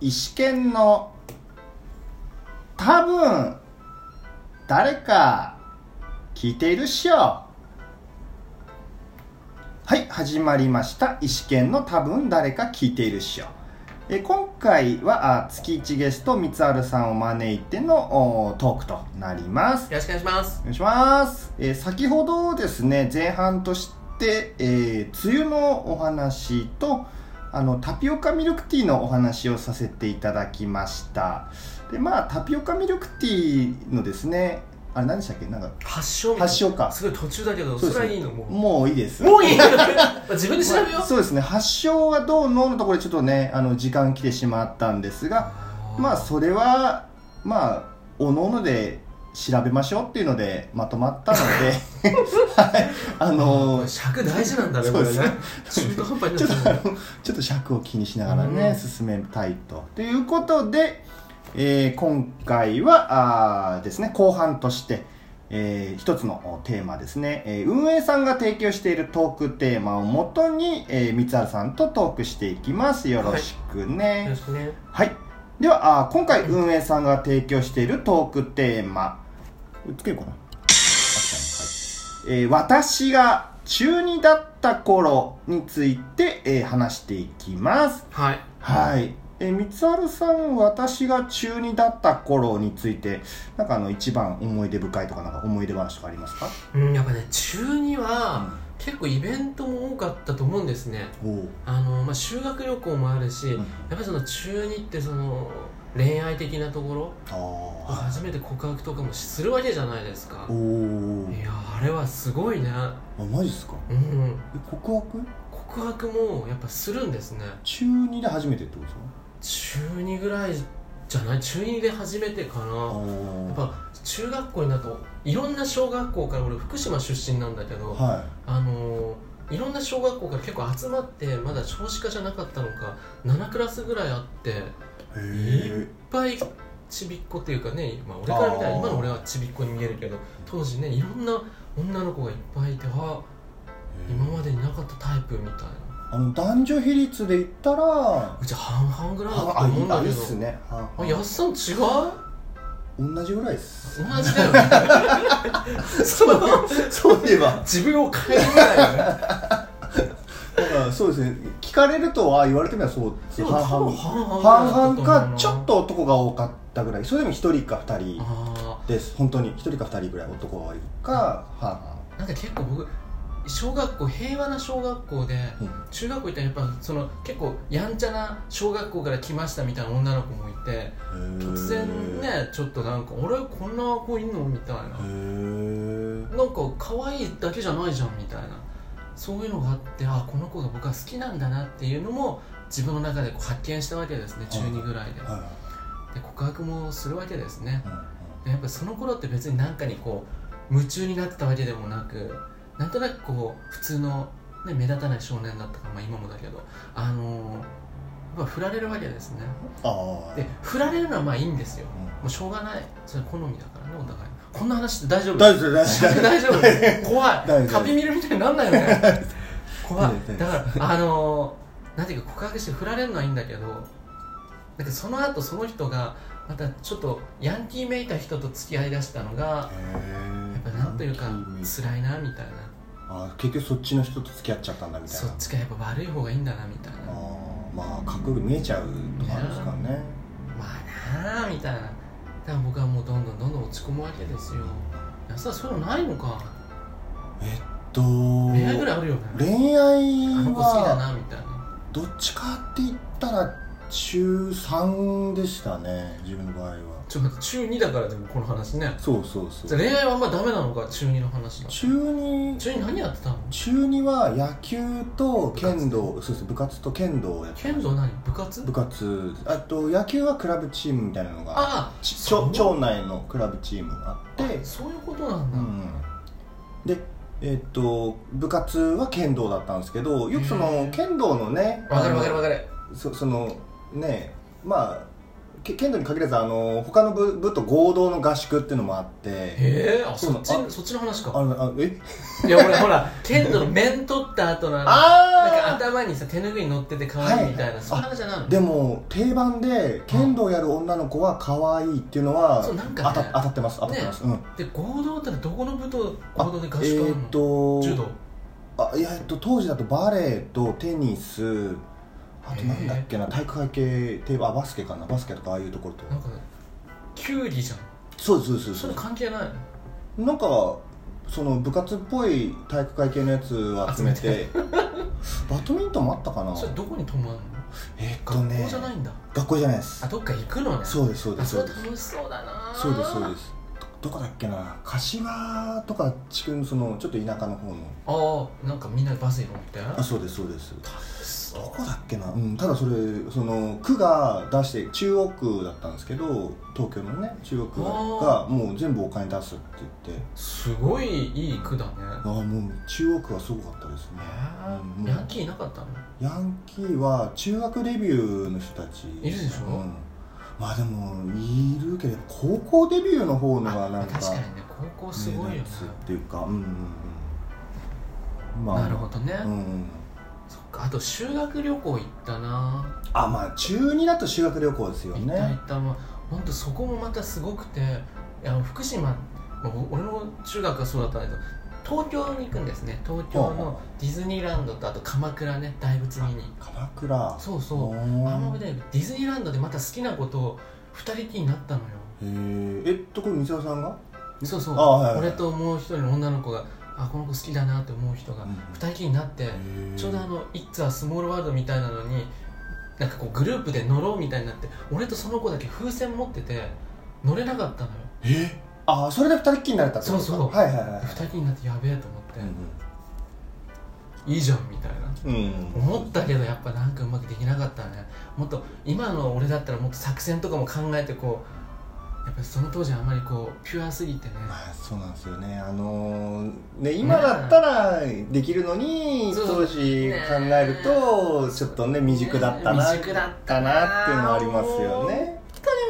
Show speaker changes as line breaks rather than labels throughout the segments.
石剣の多分誰か聞いているっしょはい始まりました石剣の多分誰か聞いているっしょえ今回はあ月1ゲスト三春さんを招いてのおトークとなります
よろしくお願いします
お願いします、えー先ほどですね前半として、えー梅雨のお話とあのタピオカミルクティーのお話をさせていただきましたでまあタピオカミルクティーのですねあれ何でしたっけなんか
発祥みたいな
発祥か
すごい途中だけど
そう
そ
ですね
れはいいのも
もういいです
うもういい まあ自分で調べよ
まあ
う
そうですね発祥がどうののところでちょっとねあの時間来てしまったんですがまあそれはまあおのので調べましょうっていうのでまとまったので はいあのち
尺大事なんだね
そ
こ
う
れ
で
ね
す
中途半端に
ょ
な
っと
っち
あ
ゃう
のちょっと尺を気にしながらね、
うん
進めたいと。ということで、えー今回はあーですね後半として、えー一つのテーマですね、えー運営さんが提供しているトークテーマをもとに、えー、三原さんとトークしていきます。よろしくね。
よろしくね
はい。では、あー今回運営さんが提供しているトークテーマ。これつけるかなはいえー私が中2だった頃について、えー話していきます。
はい
はい。えー、三春さん、私が中2だった頃について、なんかあの、一番思い出深いとか、なんか思い出話とかありますか
うんやっぱね中には結構イベントも多かったと思うんですね
おう
あのまあ修学旅行もあるしや
う
っ
ん
ぱりその中二ってその恋愛的なところ
ああ。
初めて告白とかもするわけじゃないですか
おお。
いやあれはすごいね
あ、マジっすか
うん
え告白
告白もやっぱするんですね
中2で初めてってことですか
中2ぐらいじゃない中2で初めてか
あ
なやっ
ー
ぱ中学校になるといろんな小学校から俺福島出身なんだけど、
はい。
あのーいろんな小学校から結構集まってまだ少子化じゃなかったのか7クラスぐらいあっていっ
へ
い
え
ぱいちびっ子っていうかね、まあ、俺から見た
あ
ら
ー
今の俺はちびっ子に見えるけど当時ねいろんな女の子がいっぱいいてあ今までになかったタイプみたいな
あの男女比率で言ったらあ
うち半々ぐらいだったと
あ
思う
い
ん
い
だ
あい
け
いっ
ど
すねあ
あやっさん違う
同じぐらいっす
同じだよね そう
そういえば
自分を変えるぐらいね
だからそうですね聞かれるとあ言われてみればそう
でも
半々
半
半々
々ぐらいだったと思う
か
な
ちょっと男が多かったぐらいそれでも一人か二人
あ
です本当に一人か二人ぐらい男がいるか半
ーなんか結構僕小学校平和な小学校で
々うん
中学校行ったらやっぱその結構やんちゃな小学校から来ましたみたいな女の子もいて突然
へ
ねちょっとなんか「俺こんな子いんの?」みたいな
えへ
なんか可愛いだけじゃないじゃんみたいなそういうのがあってあこの子が僕は好きなんだなっていうのも自分の中でこう発見したわけですね中2ぐらいで
えは
で告白もするわけですね
いうんうん
でやっぱその頃って別に何かにこう夢中になってたわけでもなくなんとなくこう普通の、ね、目立たない少年だったから、まあ、今もだけどあのー、やっぱ振られるわけですね
ああ
で振られるのはまあいいんですよ
うん
もうしょうがないそれ好みだからねお互いこんな話って大丈夫
大丈夫 大丈夫
大丈夫
大丈
怖い
夫
カピミルみたいになんない よね怖
大
い
丈夫
だからあのー、なんていうか告白して振られるのはいいんだけどなんかその後その人がまたちょっとヤンキーめいた人と付き合いだしたのが やっぱなんというか辛いなみたいな
あー結局そっちの人と付き合っちゃったんだみたい
そ
な
っちがやっぱ悪い方がいいんだなみたいな
あ
ま
ーまあかっこよく見えちゃうとかあるんですかね
あなあみたいなだから僕はもうどんどんどんどん落ち込むわけですよ安田そういうのないのか
えっと
恋愛ぐらいあるよね
恋愛
あの子好きだ
は
なみたいな
どっちかって言ったら中3でしたね自分の場合は
ちょっと待って中2だからでもこの話ね
そうそうそ
じゃあ
う
恋愛はあんまダメなのか中2の話だ
中2
中2何やってたの
中2は野球と剣道そうそう部活と剣道をやって
剣道何部活
部活あと野球はクラブチームみたいなのが
ああ
ち
そう
町町内のクラブチームがあって
そういうことなんだ、
うん、でえっと部活は剣道だったんですけどよくそ
へ
の
ー
剣道のね
わかるわかる
あ
わかる
のそそのねまあけ剣道に限らずあの他の部部と合同の合宿っていうのもあって
へえあ
そう
そ
な
っ
の
ちそっちの話
あ
か
のあえ
いや俺ほら剣道の面取った後のあの
あー
なんか頭にさ手ぬぐい乗ってて可愛いみたいな、
はい
そんな話じゃないの
でも定番で剣道やる女の子は可愛いっていうのは
そうなん
当
か
た
ね
当たってます当たってます、うん
で合同ってのはどこの部と
あ
合同で合宿あ
え
るの、
ーっと
柔道
あいやえっと当時だとバレエとテニスあとなんだっけな体育会系定番あバスケかなバスケとかああいうところと
なんかキュウリじゃん
そうですそうです
そ
そう
れ
で
関係ないの
すなんかその部活っぽい体育会系のやつを集め
集
てバドミントンもあったかな
それどこに泊まるの
えっと
学
ね
校じゃないんだ
学校じゃないです
あどっか行くのね
そうですそうで
あ
す
そ
そう
れ
です
楽しそうだな
そうですそうですどこだっけな柏とか地区のそのちょっと田舎の方の
ああなんかみんなバスに乗って
あそうですそうです
楽し
ど
そ
こだっけな、うん、ただそれその区が出して中央区だったんですけど東京のね中央区が
あー
がもう全部お金出すって言って
うすごいいい区だね
ああもう中央区はすごかったですねうんもう
ヤンキーいなかったの
ヤンキーは中学デビューの人たち
いるでしょ
うんまあでもいるけど高校デビューの方のがなん
あ
か
確かにね高校すごいよ
目
ね
立つっていうかうんうんうんま
なるほどね、
うん
そっかあと修学旅行行ったな
あまあ中2だと修学旅行ですよ
行った行
ね
ったまあほんとそこもまたすごくていや福島、まあお俺の中学はそうだったんだけど東京に行くんですね東京のディズニーランドとあと鎌倉ね大仏見に
鎌倉
そう
お
そう
ー
あのねディズニーランドでまた好きなことを二人きりになったのよ
へーえっとこれ三沢さんが
そうそう、
あはいはい
俺ともう一人の女の子があこの子好きだなって思う人が
うん
二人きりになって、ちょうどあの「It's a Small World」みたいなのになんかこうグループで乗ろうみたいになって俺とその子だけ風船持ってて乗れなかったのよ
えあそれで二人っきりになれたってことか
そうそう
はいはいはい
二人きりになってやべえと思って、
う
いいじゃんみたいなん
うんうん
思ったけどやっぱなんかうまくできなかったねもっと今の俺だったらもっと作戦とかも考えてこうやっぱりその当時はあんまりこうピュアすぎてね
まあそうなんですよねあのーね今だったらできるのに
そう
当時考えるとちょっとね未熟だったな
未熟だったな
なっていうのはありますよね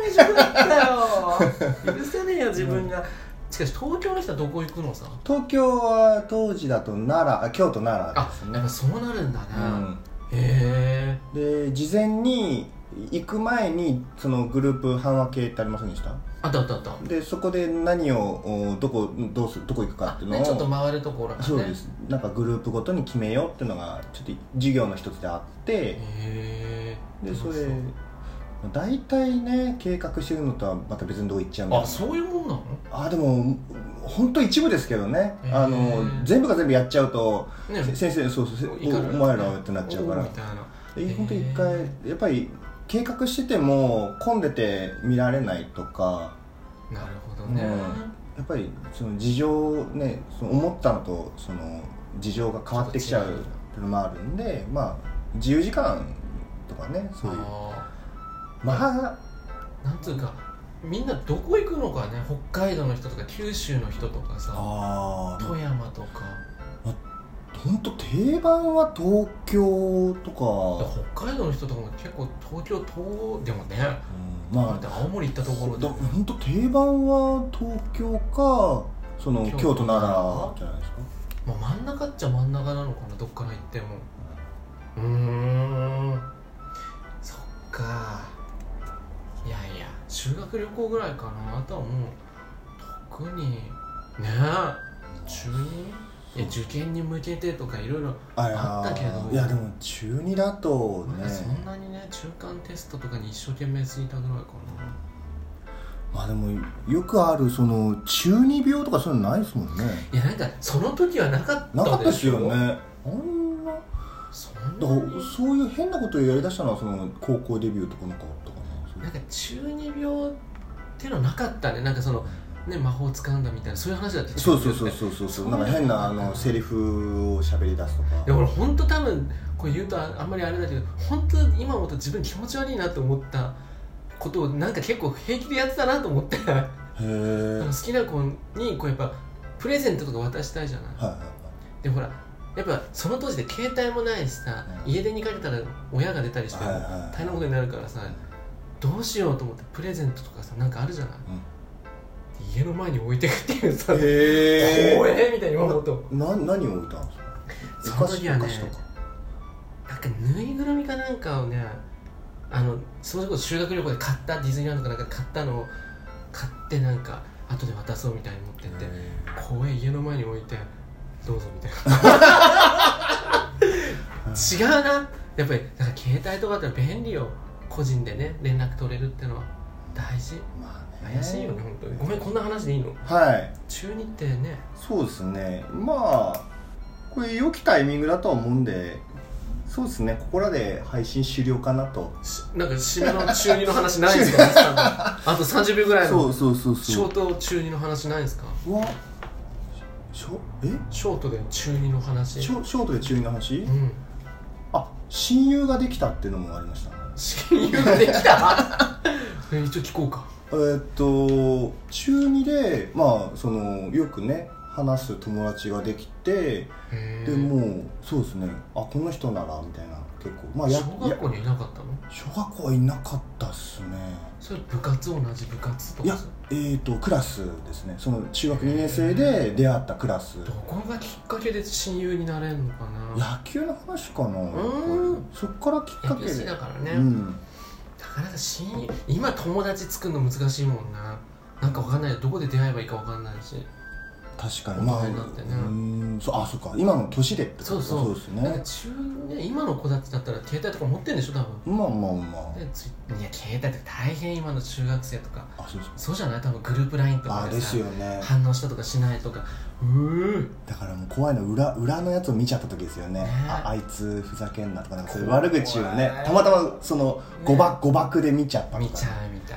未熟だった よ許せねえよ自分が、しかし東京の人はどこ行くのさ
東京は当時だと奈良あ京都奈良
あ
です
やっ
ね
ぱそうなるんだね、
うん
へえ
で事前に行く前にそのグループ半分けってありませんでした
あったあったあった
でそこで何をおどこどうするどこ行くかっていうのを
ね、ちょっと回るところがね
そうですなんかグループごとに決めようっていうのがちょっと授業の一つであって
へえ
でそれ大体ね計画してるのとはまた別のとこ行っちゃうんで
あそういうもんなの
あでも本当一部ですけどね
へー
あの全部が全部やっちゃうと
ね
せ先生そうそうせお
いかない
前らってなっちゃうか
お
ら
みたいな
で本当一回
へ
やっぱり計画してても混んでて見られないとか
なるほどね、
うんやっぱりその事情ねその思ったのとその事情が変わってきちゃうっていうのもあるんでまあ自由時間とかねそういう
あ
まあ
ーなんつうかみんなどこ行くのかね北海道の人とか九州の人とかさ
あ
富山とか
本当定番は東京とか、
北海道の人とかも結構東京東でもね
うん
だ
ま
って
あ
青森行ったところで
本当定番は東京かその京都
京都
ならじゃないですか
まあ、真ん中っちゃ真ん中なのかなどっから行ってもうーんそっかいやいや修学旅行ぐらいかなあとはもう特にねえ中2いや受験に向けてとかいろいろ
あいや
あったけど
いやでも中2だとね
そんなにね中間テストとかに一生懸命過ぎたぐらいかな
まあでもよくあるその中二病とかそういうのないですもんね
いやなんかその時はなかった
なかったですよね
でしょ
あんな
そん
だ
な
から
に
そういう変なことをやりだしたのはその高校デビューとかなんかあったかなそう
なんか中二病ってのなかったねなんかそのね魔法掴んだみたいなそういう話だった
そうそうそうそうそうそうなんか変なあのセリフを喋り出すと
いや
か
俺本当多分これ言うとああんまりあれだけど本当今思うと自分気持ち悪いなって思ったことをなんか結構平気でやってたなと思ってあ
へえ
の好きな子にこうやっぱプレゼントとか渡したいじゃない
はいはい
でほらやっぱその当時で携帯もないしさ
うん
家出にかけたら親が出たりして
はいはいはい
大変なことになるからさどうしようと思ってプレゼントとかさなんかあるじゃない、
うん
家の前に置いてくっていうさ、
え
怖えみたいに思うと
な何を置いたんですか
その時はね
お菓子とか
なんかぬいぐるみかなんかをねあのそれこそ修学旅行で買ったディズニーランドかなんかで買ったのを買ってなんか後で渡そうみたいに持ってって、公園家の前に置いてどうぞみたいな違うなやっぱりなんか携帯とかだったら便利よ個人でね連絡取れるってのは大事
まあね
怪しいよね本当にごめんこんな話でいいの
はい
中二ってね
そうですねまあこれ良きタイミングだとは思うんでそうですねここらで配信終了かなと
しなんか締めの中二の話ない んですか松さんのあと30秒ぐらい
そ
の
うそうそう
シ
そ
ョ
う
ート中二の話ないんですか
うわしょえ
ショートで中二の話
ショショートで中二の話、
うん
あ親友ができたっていうのもありました
親友ができた え一応聞こうか
えーっと中二でまあそのよくね話す友達ができて
へえ
でもうそうですねあこの人ならみたいな結構まあや
小学校
や
にいなかったの
小学校はいなかったっすね
それ部活同じ部活と
いや
かさ
えーっとクラスですねその中学2年生で出会ったクラス
どこがきっかけで親友になれるのかな
野球の話かな
うん
そっからきっか
野
け
球好き
で
だからね、
うん
なかなか親友今友達作るの難しいもんななんかわかんないよどこで出会えばいいかわかんないし
確かにまあ
大人になってね
うんそうあそっか今の年でってこと
そうそう
そうです
なんか
ね
中ね今の子たちだったら携帯とか持ってんでしょ多分
まあまあまあ
でツイいや携帯って大変今の中学生とか
あそうそう
そうじゃない多分グループ LINE と
あ
か
で
ですさ
よね
反応したとかしないとかうー
だからもう怖いの裏裏のやつを見ちゃった時ですよね
ね
ああいつふざけんなとかなんかそういう
怖い
悪口をねたまたまその誤爆誤爆で見ちゃったとか
見ちゃうみたい